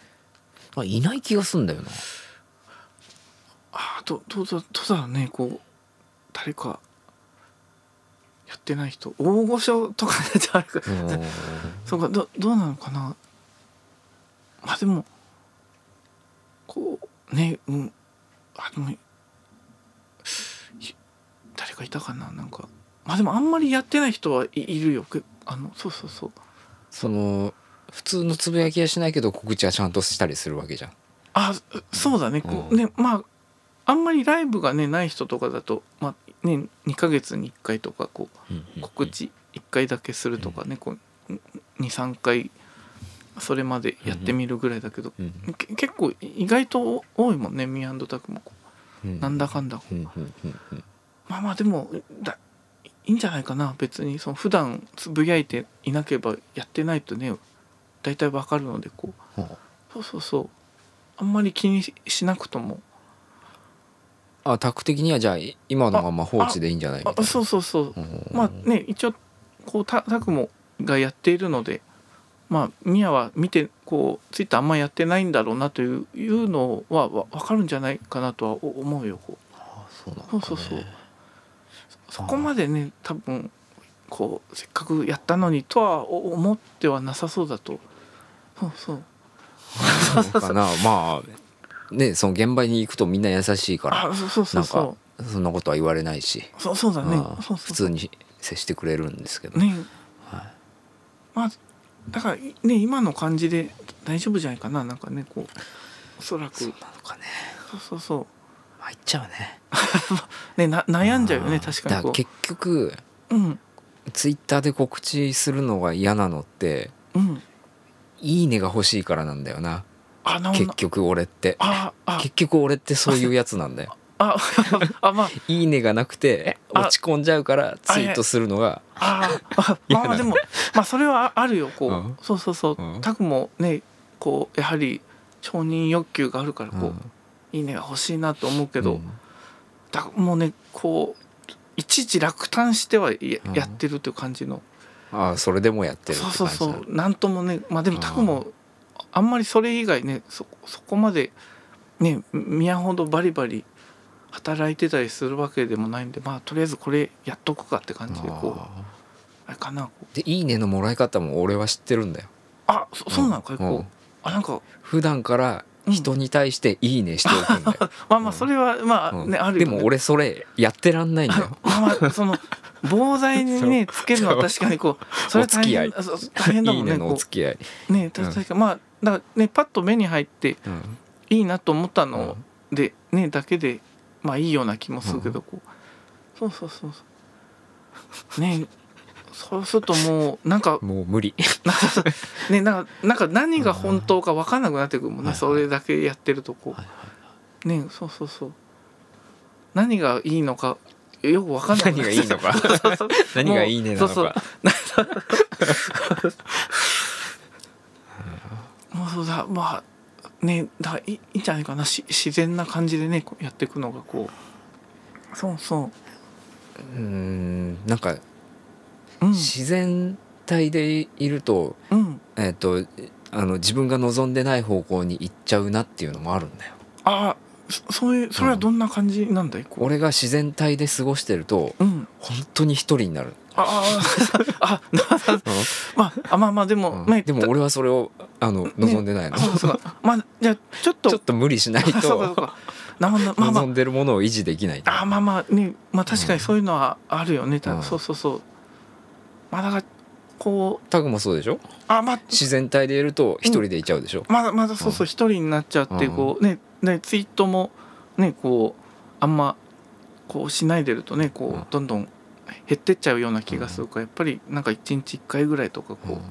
A: う
B: あいない気がすんだよな
A: ああどどうだどうだろうねこう誰かやってない人大御所とかでじゃあるか
B: うん
A: そうかどどうなのかなまあでもこうねうんあでもい誰かいたかななんかまあでもあんまりやってない人はいいるよけあのそうそうそう
B: その普通のつぶやきはしないけど告知はちゃんとしたりするわけじゃん
A: あそそうだねこう
B: うん
A: ねまああんまりライブがねない人とかだとまあね2ヶ月に1回とかこう告知1回だけするとかね、こう23回それまでやってみるぐらいだけど、
B: うん
A: け結構意外と多いもんねミアンドタクもこ
B: う
A: うんなんだかんだ、
B: うんうんうんうん
A: まあまあでもだいいんじゃないかな別にその普段つぶやいていなければやってないとね大体わかるのでこう
B: は
A: そうそうそうあんまり気にししなくとも
B: ああタク的にはじゃあい今のまま放置でいいんじゃないみたい
A: あ
B: な
A: そうそうそう
B: うん
A: まあね一応こうタタクもがやっているのでまあミヤは見てこうツイッターあんまやってないんだろうなといういうのはわ分かるんじゃないかなとはお思うよこう
B: あそうなんだ
A: そうそうそうそこ
B: で
A: までね多分こうせっかくやったのにとはお思ってはなさそうだとそうそう
B: なのかなまあねその現場に行くとみんな優しいから
A: あそうそうそ
B: な
A: うん
B: か
A: そ
B: そんなことは言われないし、
A: うそうそうだね
B: うん
A: そう
B: 普
A: そう
B: 通に接してくれるんですけど、
A: ね
B: は
A: まあだからいね今の感じで大丈夫じゃないかななんかねこうおそらく
B: い、そう
A: そ
B: なのかね
A: うそうそう
B: 入っちゃう
A: ね、
B: ね
A: な悩んじゃうよ
B: あ
A: ね
B: ー
A: 確かに
B: だ
A: こ
B: ら結局
A: ううん
B: ツイッターで告知するのが嫌なのって
A: うん
B: 「いいね」が欲しいからなんだよな
A: あなお
B: 結
A: な
B: 局俺って
A: ああ
B: 結局俺ってそういうやつなん
A: [laughs]
B: だよ
A: ああまあ
B: 「いいね」がなくて
A: あ
B: 落ち込んじゃうからツイートするのが
A: ああ
B: [laughs]
A: まあまあでもまあそれはあるよこう、
B: うん
A: そうそうそう、
B: うん
A: タクもねこうやはり承認欲求があるからこう、
B: うん
A: いいねが欲しいなと思うけど、
B: うん
A: だもうねこういちいち落胆してはや,、
B: うん
A: やってるっていう感じの
B: ああそれでもやってるって
A: そう
B: 感じ
A: そうそうなんともねまあでも
B: うん
A: タクもあんまりそれ以外ねそそこまでね宮ほどバリバリ働いてたりするわけでもないんでまあとりあえずこれやっとくかって感じでこう
B: あ
A: あれかなこう
B: ーで「いいね」のもらい方も俺は知ってるんだよ
A: あそそうなのか
B: ん
A: こ
B: う
A: うんあなんか
B: 普段から人に対して「いいね」しておくんだ
A: [laughs]
B: よ、
A: まあまあそれはまあ
B: うん
A: ねある
B: で
A: よね
B: も俺それやってらんないんだよ
A: まあまあ
B: [laughs]
A: その防災にねつけるのは確かにこうそれは大変
B: お付き合
A: あそう [laughs] 大変だ
B: い
A: も
B: い
A: んね
B: ねのお
A: こ
B: 付き合い、
A: うね確かにまあだからねパッと目に入って
B: うん
A: いいなと思ったので、ねだけでまあいいような気もするけど、こうそうそうそうそうねそうするともうなんか
B: もう
A: [laughs]
B: 無理
A: ねなんかなんか何が本当か分かんなくなってくるもんね、
B: はいはい
A: それだけやってるとこう、ねそうそうそう何がいいのかよく分かんなくなっ
B: 何がいいのか
A: [laughs] そうそう
B: 何がいいねなのか
A: もうもうそうだまあねだからいいいいんじゃないかなし自然な感じでねこうやっていくのがこうそうそう
B: ーんなんか
A: ううん
B: 自然体でいると,、
A: うん
B: えっとあの自分が望んでない方向に行っちゃうなっていうのもあるんだよ
A: ああそそういうそれはどんな感じなんだいこ
B: 俺が自然体で過ごしてると
A: ううん
B: 本当に一人になる、
A: あ
B: [laughs]
A: ああなまああまあまあでも、
B: うん
A: まあ
B: でも俺はそれをあの望んでないの、
A: そうかそうかまあじゃあちょっと
B: [laughs] ちょっと無理しない
A: あそうかそ
B: と
A: うかなまあま
B: 望んでるものを維持できない。
A: ああまあまあねまあ確かにそういうのはあるよね、た
B: うん
A: そうそうそうまあだからこう
B: タグもそうでしょ
A: あまあ
B: 自然体でいると一人でいちゃうでしょ、
A: まだまだそうそう一、人になっちゃって
B: うん
A: こうねねツイートもねこうあんまこうしないでるとねこ
B: うん
A: うどんどん減ってっちゃうような気がするからやっぱりなんか一日一回ぐらいとか
B: うん
A: こ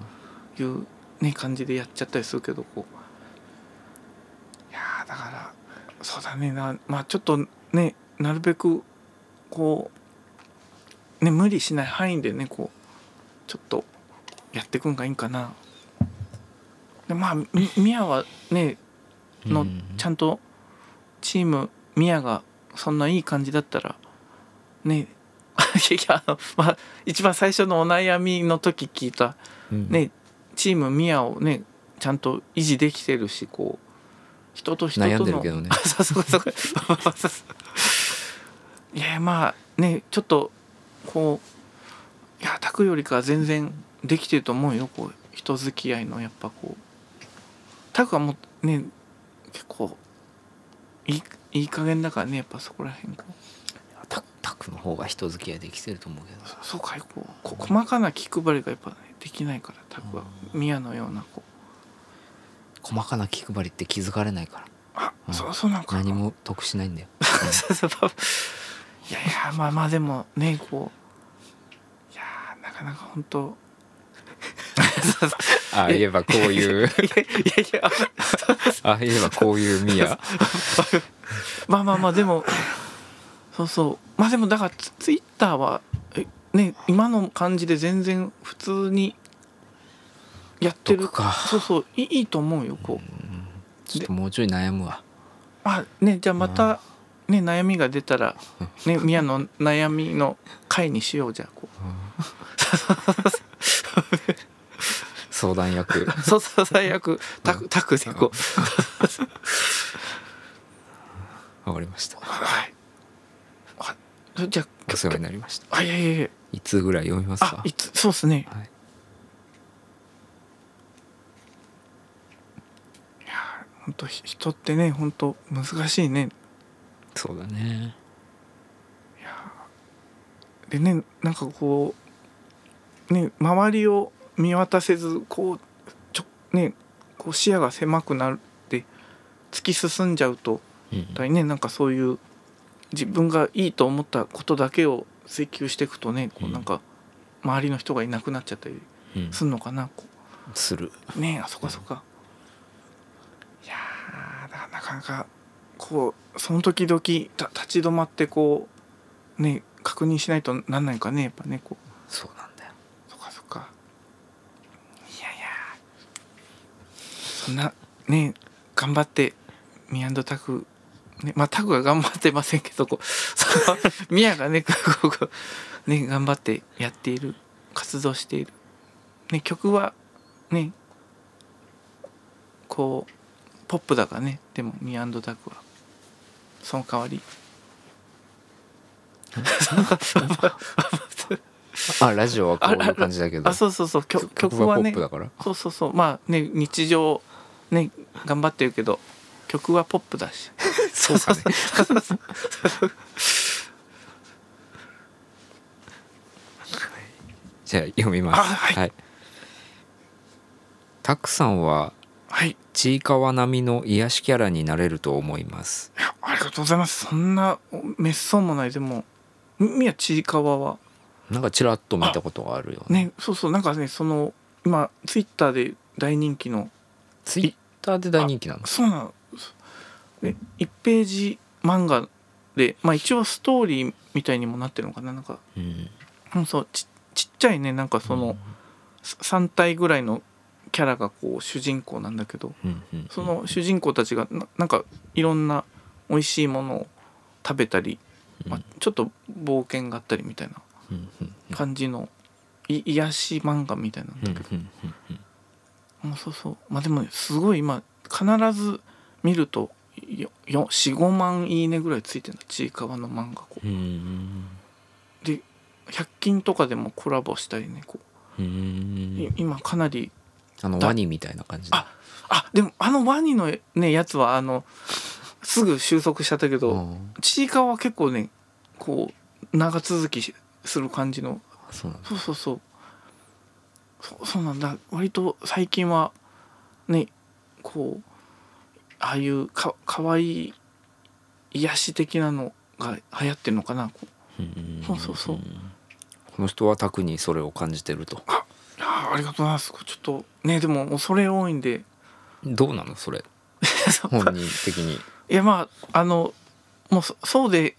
A: ういうね感じでやっちゃったりするけどこういやーだからそうだねなまあちょっとねなるべくこうね無理しない範囲でねこうちょっとやってくんがいいんかな。でまあみみやはねの
B: うん
A: ちゃんとチームミヤがそんないい感じだったらね [laughs] いやあのまあ一番最初のお悩みの時聞いた
B: うん
A: ねチームミヤをねちゃんと維持できてるしこう人と人との
B: 悩ん
A: [laughs]
B: でるけどね
A: そうそうそうそういやまあねちょっとこういやタクよりかは全然できてると思うよこう人付き合いのやっぱこうタクはもうね結構いいいい加減だからねやっぱそこら辺こう
B: [laughs] タタクの方が人付き合いできてると思うけど
A: そそうかいこうこ細かな気配りがやっぱ、ね、できないからタクはミヤのようなこう
B: 細かな気配りって気づかれないから
A: あ、
B: うん
A: そうそうなんか
B: 何も得しないんだよ
A: [laughs] そうそうパパいやいやまあまあでもねこういやーなかなか本当
B: ああ言えばこういう
A: いやいやいや
B: ああ言えばこういうミヤ
A: まあまあまあでもそうそうまあでもだからツツイッターはえね今の感じで全然普通にやってる
B: 得か
A: そうそういいいいと思うよこう、
B: [laughs] ちょっともうちょい悩むわ
A: まあねじゃあまたね悩みが出たらね
B: [laughs]
A: 宮の悩みの回にしようじゃあこう
B: 相談役 [laughs]
A: そうそう最悪タクタクでこう
B: わかりました
A: はい。あ、そじゃあ、
B: [laughs] お世話になりました
A: あ、いやいやいや、
B: いつぐらい読みます
A: あ
B: か、
A: いつ、そうですね。
B: はい、
A: 本当人ってね、本当難しいね。
B: そうだね
A: でね、なんかこう。ね、周りを見渡せず、こう、ちょ、ね、こう視野が狭くなって。突き進んじゃうと、
B: うん
A: だいね、なんかそういう。自分がいいと思ったことだけを追求していくとね、こ
B: う
A: うんなんか。周りの人がいなくなっちゃったり
B: うん
A: すんのかな、こう。
B: する
A: ねえあそっかそっかいやーだからなかなかこうその時々た立ち止まってこうね確認しないとなんないかねやっぱねこう
B: そうなんだよ
A: そっかそっかいやいやそんなね頑張ってミアンドタクねまあタクは頑張ってませんけどこう [laughs] そのミアがねこうこうね頑張ってやっている活動している、ね、曲はねこうポップだからねでもミアンドタクはその代わり
B: あラジオはこういう感じだけど
A: あそうそうそう曲曲
B: は
A: は
B: ポ
A: ね
B: ップだから
A: そうそうそうまあね日常ね頑張ってるけど曲はポップだ [laughs] し
B: そうかねじゃあ読みます
A: あはい
B: たくさんは
A: はいい
B: ちいかわ並みの癒しキャラになれると思います
A: やありがとうございますそんなめっそうもないでもみみやちいかわは
B: なんかちらっと見たことがあるよね
A: ねそうそうなんかねその今ツイッターで大人気の
B: ツイッターで大人気なの
A: そうなのね1ページ漫画でまあ一応ストーリーみたいにもなってるのかななんか
B: うん
A: うんそうちちっちゃいねなんかその3体ぐらいのキャラがこう主人公なんだけど
B: うんうん
A: その主人公たちがななんかいろんな美味しいものを食べたり、まあ、ちょっと冒険があったりみたいな
B: うんうん
A: 感じのい癒し漫画みたいなん
B: う
A: だ
B: ん
A: けど、
B: うんうんうん
A: もうそうそうまあでもすごい今必ず見ると45万いいねぐらいついてるのちいかわの漫画こう
B: うん
A: で100均とかでもコラボしたりねこ
B: う
A: うんい今かなり
B: あのワニみたいな感じで
A: あでもあのワニのねやつはあのすぐ収束しちゃったけ
B: う
A: ど、
B: ん
A: ちいかわは結構ねこう長続きしする感じの
B: そうなんだ
A: そうそうそうそうそうなんだ割と最近はねこうああいうかかわいい癒し的なのが流行ってるのかなこうそうそうそうん
B: この人は特にそれを感じてると
A: あーありがとうございますこうちょっとねでももうそれ多いんで
B: どうなのそれ
A: そっ
B: 本
A: か
B: 人的に
A: いやまああのもうそそうで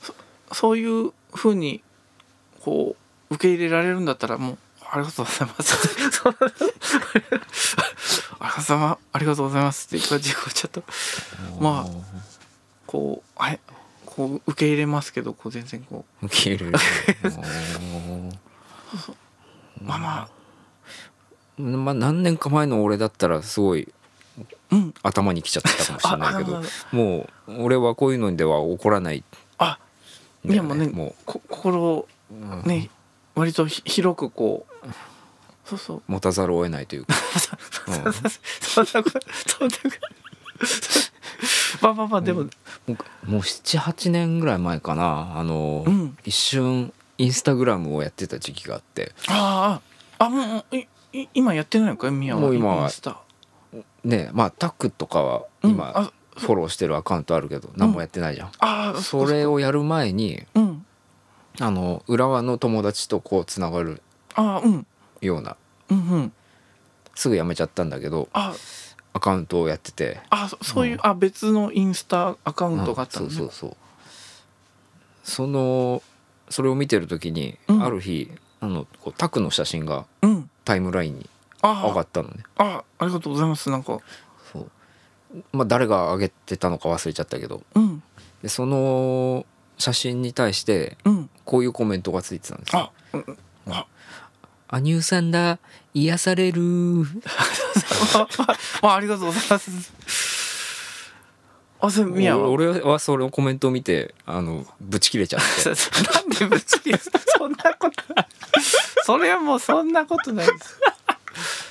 A: そそういうふうにこう受け入れられるんだったらもうありがとうございますそうありがとうございますありがとうございますって感じでこうちょっとまこうあれこう受け入れますけどこう全然こ
B: あ受け入れる
A: [laughs] うまあま
B: おーまあ何年か前の俺だったらすごい
A: あうん
B: 頭にきちゃってたかもしれないけ
A: あ
B: どもう俺はこういうのでは怒らないん
A: あ
B: だ
A: いや
B: よ
A: もうね
B: も
A: こ心を
B: ううん
A: ね割とひ広くこうそうそう
B: 持たざるを得ないというかうん
A: [laughs] そんなこと [laughs] そんなことまあまあまあでも
B: 僕もう78年ぐらい前かなあの、
A: うん
B: 一瞬インスタグラムをやってた時期があって
A: あああもういい今やってないのか宮は
B: もう今は
A: インスタ
B: ねまあタックとかは
A: うん
B: 今
A: あ
B: フォローしてるアカウントあるけど、何もやってないじゃん、
A: ああ
B: それをやる前に
A: うん
B: あの浦和の友達とこうつながる
A: ああうん
B: ような
A: うんうん
B: すぐやめちゃったんだけど
A: あ
B: アカウントをやってて
A: あそそういう、
B: うん
A: あ別のインスタアカウントがあったの
B: そう
A: ね
B: そうそうそのそれを見てる時に、
A: うん
B: ある日あのこうタクの写真が
A: うん
B: タイムラインに上が
A: あ
B: ったのね
A: ああありがとうございますなんか
B: そうまあ誰が上げてたのか忘れちゃったけど
A: うん
B: でその写真に対して
A: うん
B: こういうコメントがついてたんですよ
A: あ [laughs] うん
B: 「羽生さんだ癒される」
A: ああありがとうございますあそれ
B: 俺
A: 宮は
B: 俺はそれをコメントを見てあのぶち切れちゃっ
A: [laughs]
B: て
A: なんでぶち切れそんなことないそれはもうそんなことないです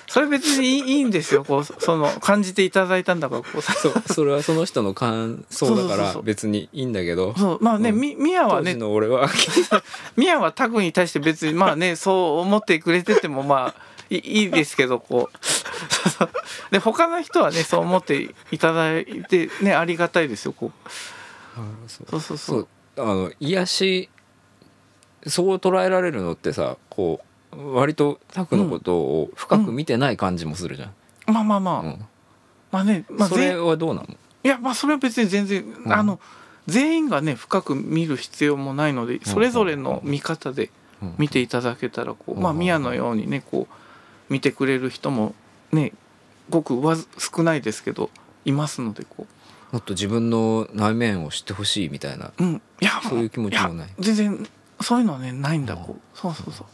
A: それ別にいいいいんですよこうその感じていただいたんだからこうさ
B: そうそれはその人の感想だか
A: そうそうそうそ
B: ら
A: う
B: 別にいいんだけど
A: そうまあね、
B: うん
A: みミヤは
B: 当
A: ね
B: 時の俺は
A: ミヤはタクに対して別にまあ
B: [laughs]
A: ねそう思ってくれててもまあいいいですけどこうそうそうで他の人はねそう思っていただいてねありがたいですよこう
B: そう
A: そうそうそ
B: そううあの癒しそう捉えられるのってさこう割とタクのことを深く見てない感じもするじゃん、
A: まあまあまあ、
B: うん
A: まあねまあ
B: それ
A: 全
B: はどうなの
A: いやまあそれは別に全然、
B: ん
A: あの全員がね深く見る必要もないのでそれぞれの見方で
B: うん
A: 見ていただけたらこう、
B: うん
A: まあ宮のようにねこう見てくれる人もねごくわず少ないですけどいますのでこ
B: もっと自分の内面を知ってほしいみたいな
A: ううんいや
B: そういう気持ちも
A: や
B: ない
A: 全然そういうのはねないんだ
B: うん
A: こうそうそうそう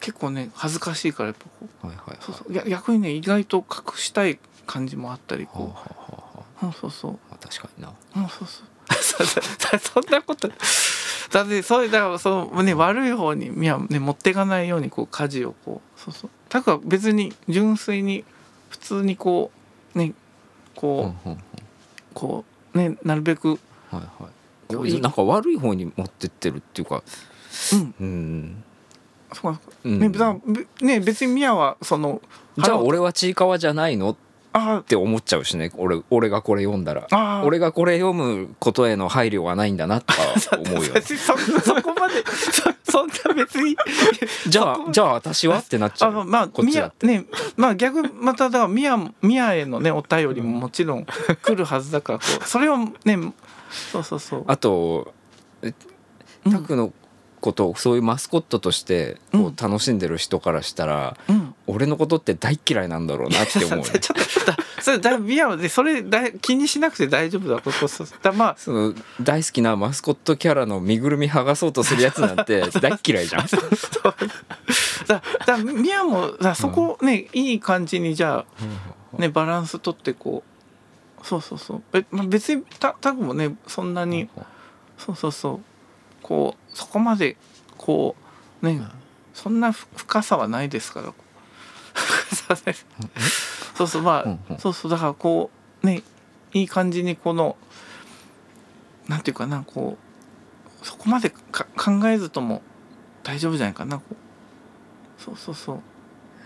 A: 結構ね恥ずかしいからやっぱこう
B: はいはいはい
A: そうそういや逆にね意外と隠したい感じもあったり
B: はあは
A: こ
B: あはあは
A: う、
B: あ
A: うん、そうそう
B: まあ確かにな
A: うん、そうそう。 [laughs] そんなこと。だって、そういう、だから、そのね、悪い方に、いや、ね、持っていかないように、こう、舵をこう。そうそう。たくは別に、純粋に、普通にこう、ね、こう、
B: うんうん
A: こう、ね、なるべく、
B: はい
A: こ
B: は
A: う
B: い
A: いい
B: なんか悪い方に持ってってるっていうか
A: うん、
B: うん、
A: そうかそうか。
B: うん
A: ね、だからべね、別にミヤは、その、
B: じゃ
A: 腹
B: あ
A: を、
B: 俺はちいかわじゃないのっ
A: あ
B: て思っちゃうしね俺俺がこれ読んだら
A: あ、ああ。
B: 俺がこれ読むことへの配慮はないんだなとか思うよね
A: 別に [laughs] そそこまでそそんな別に
B: じゃ
A: そこ
B: あじゃあ私はってなっちゃ
A: あ
B: う
A: まあまあ
B: こっちだ
A: 宮
B: って
A: ねまあ逆まただから宮宮へのねお便りももちろん来るはずだからこ
B: [laughs]
A: うそれをねそうそうそう
B: あとえ
A: うん
B: タクのことをそういうマスコットとして
A: う
B: こ
A: ん
B: う楽しんでる人からしたら、
A: うん
B: 俺のことって大嫌いなんだろうなっ
A: [laughs]、
B: て思う、ね
A: ちょっとだそれだ宮はねそれだ気にしなくて大丈夫だここそうだまあ
B: その大好きなマスコットキャラの身ぐるみ剥がそうとするやつなんて大嫌いじ
A: [laughs]
B: ゃん。
A: だだ宮もだそこをねいい感じにじゃあねバランス取ってこうそうそうそうえ、まあ、別にタタグもねそんなにそうそうそうこうそこまでこうね、そんなふ深さはないですから深さはないそうそうまあ、
B: うんうん
A: そうそうだからこうねいい感じにこのなんていうかなこうそこまでか考えずとも大丈夫じゃないかなこうそうそうそう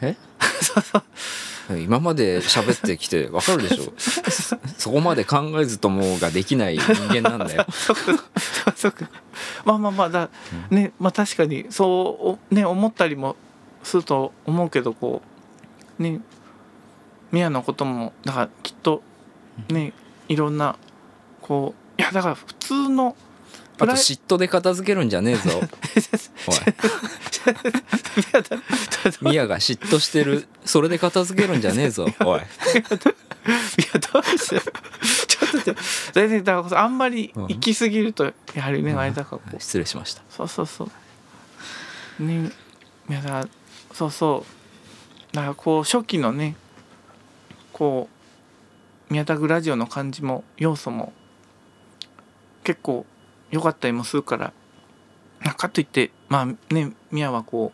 B: え
A: そうそう
B: 今まで喋ってきてわかるで
A: [laughs]
B: しょそこまで考えずともができない人間なんだよ
A: そうかそうかそうかまあまあまあだ、ねまあ確かにそうおね思ったりもすると思うけどこうね宮のこともだからきっとねいろんなこういやだから普通の
B: あ
A: [laughs]
B: と
A: プライ
B: 嫉妬で片付けるんじゃね
A: [laughs]
B: えぞおい
A: 宮だ [laughs]
B: ミヤが嫉妬してるそれで片付けるんじゃねえぞおい
A: いやどうしよう [laughs] ちょっと待って全然だからあんまり行き過ぎるとやはりねあれだからこう
B: 失礼しました
A: そうそうそうねいやだからそうそうだからこう初期のねこう宮田グラジオの感じも要素も結構良かったりもするからなかといってまあね宮はこ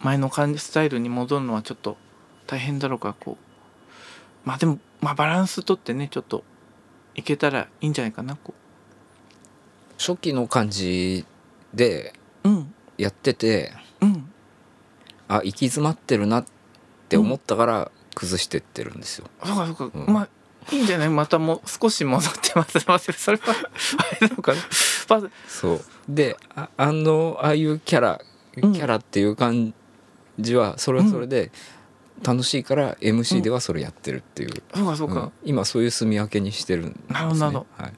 A: う前の感じスタイルに戻るのはちょっと大変だろうからこうまあでも、まあ、バランスとってねちょっといけたらいいんじゃないかなこ
B: 初期の感じで
A: ううん
B: やってて
A: うん
B: あ行き詰まってるなって思ったから崩してってるんですよ、
A: そうかそうか、
B: うん
A: まあいいんじゃないまたもう少し戻ってます [laughs] 待ってそれはあれなのかなまず
B: そうでああのああいうキャラキ
A: うん
B: ャラっていう感じはそれはそれで楽しいから MC ではそれやってるっていう、
A: そうかそうか、
B: うん今そういう住み分けにしてるんです、ね、
A: なるほどなるほ
B: はい、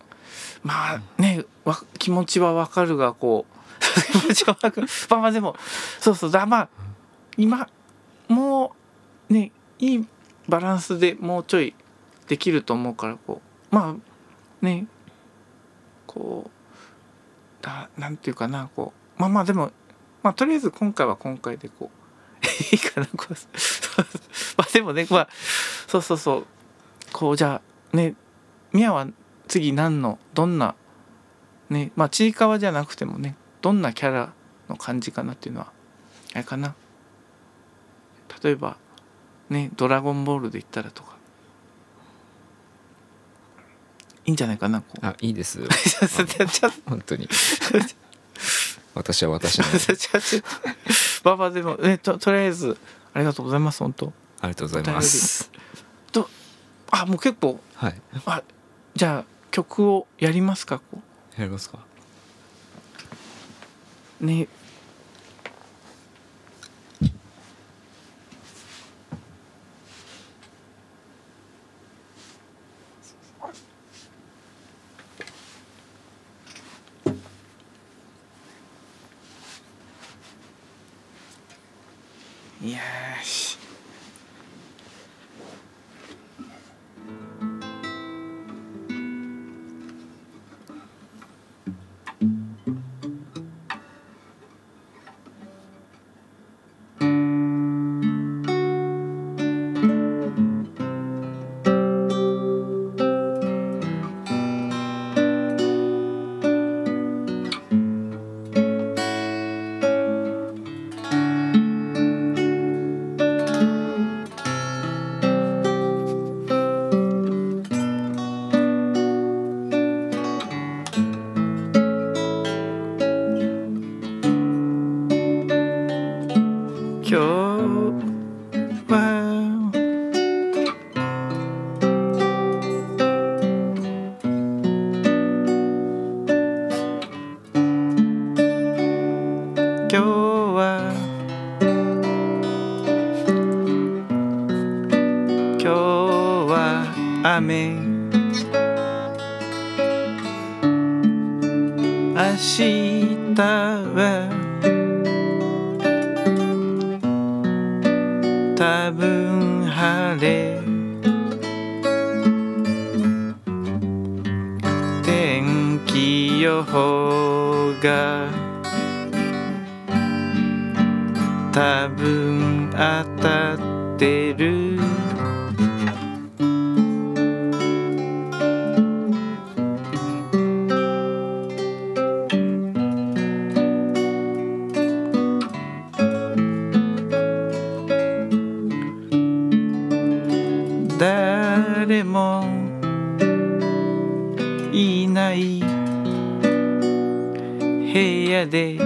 A: まあねわ気持ちはわかるがこう気持ちはわかるまあまあでもそうそうだまあ今もうねいいバランスでもうちょいできると思うからこうまあねこうだなんていうかなこうまあまあでもまあとりあえず今回は今回でこう [laughs] いいかなこうそうまあでもねまあそうそうそうこうじゃあねミヤは次何のどんなねまあちいかわじゃなくてもねどんなキャラの感じかなっていうのはあれかな例えばね「ドラゴンボール」で言ったらとかいいんじゃないかなこ
B: [laughs]
A: う。
B: あい
A: [laughs]
B: いですよ
A: ちょっとちょっと
B: 本当に [laughs] 私
A: [laughs]
B: は私の
A: ちょっとちょっと [laughs] まあまあでもねととりあえずありがとうございます本当
B: ありがとうございます
A: あもう結構
B: はい
A: あじゃあ曲をやりますかこ
B: やりますか
A: うねよーし今日は今日は今日は雨明日は多分晴れ天気予報が多分当たってる誰もいない部屋で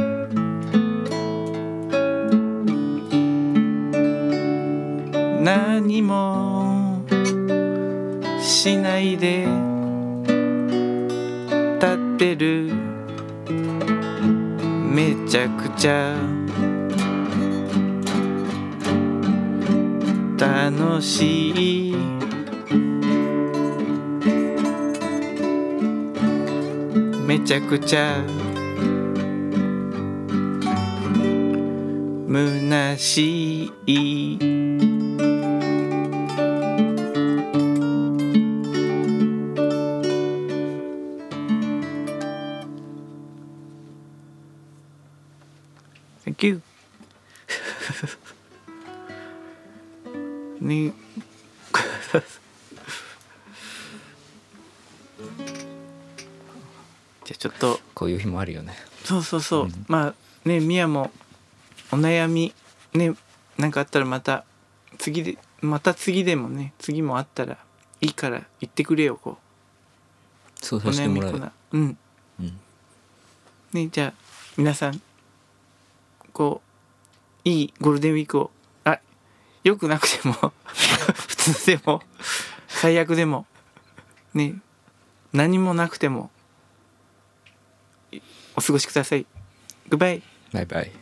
A: 何もしないで立ってるめちゃくちゃ楽しいめちゃくちゃ虚しい「Thank you」にじゃあちょっと
B: こういう日もあるよね
A: そうそうそう、まあねみやもお悩みねなんかあったらまた次でまた次でもね次もあったらいいから言ってくれよこ
B: そう
A: うお
B: させ
A: 悩
B: ても
A: み
B: ら
A: コー
B: える
A: ナーうん
B: うん
A: ねじゃあ皆さんこういいゴールデンウィークをあ良くなくても [laughs] 普通でも最悪でもね何もなくてもいお過ごしくださいグッバイ
B: バイバイ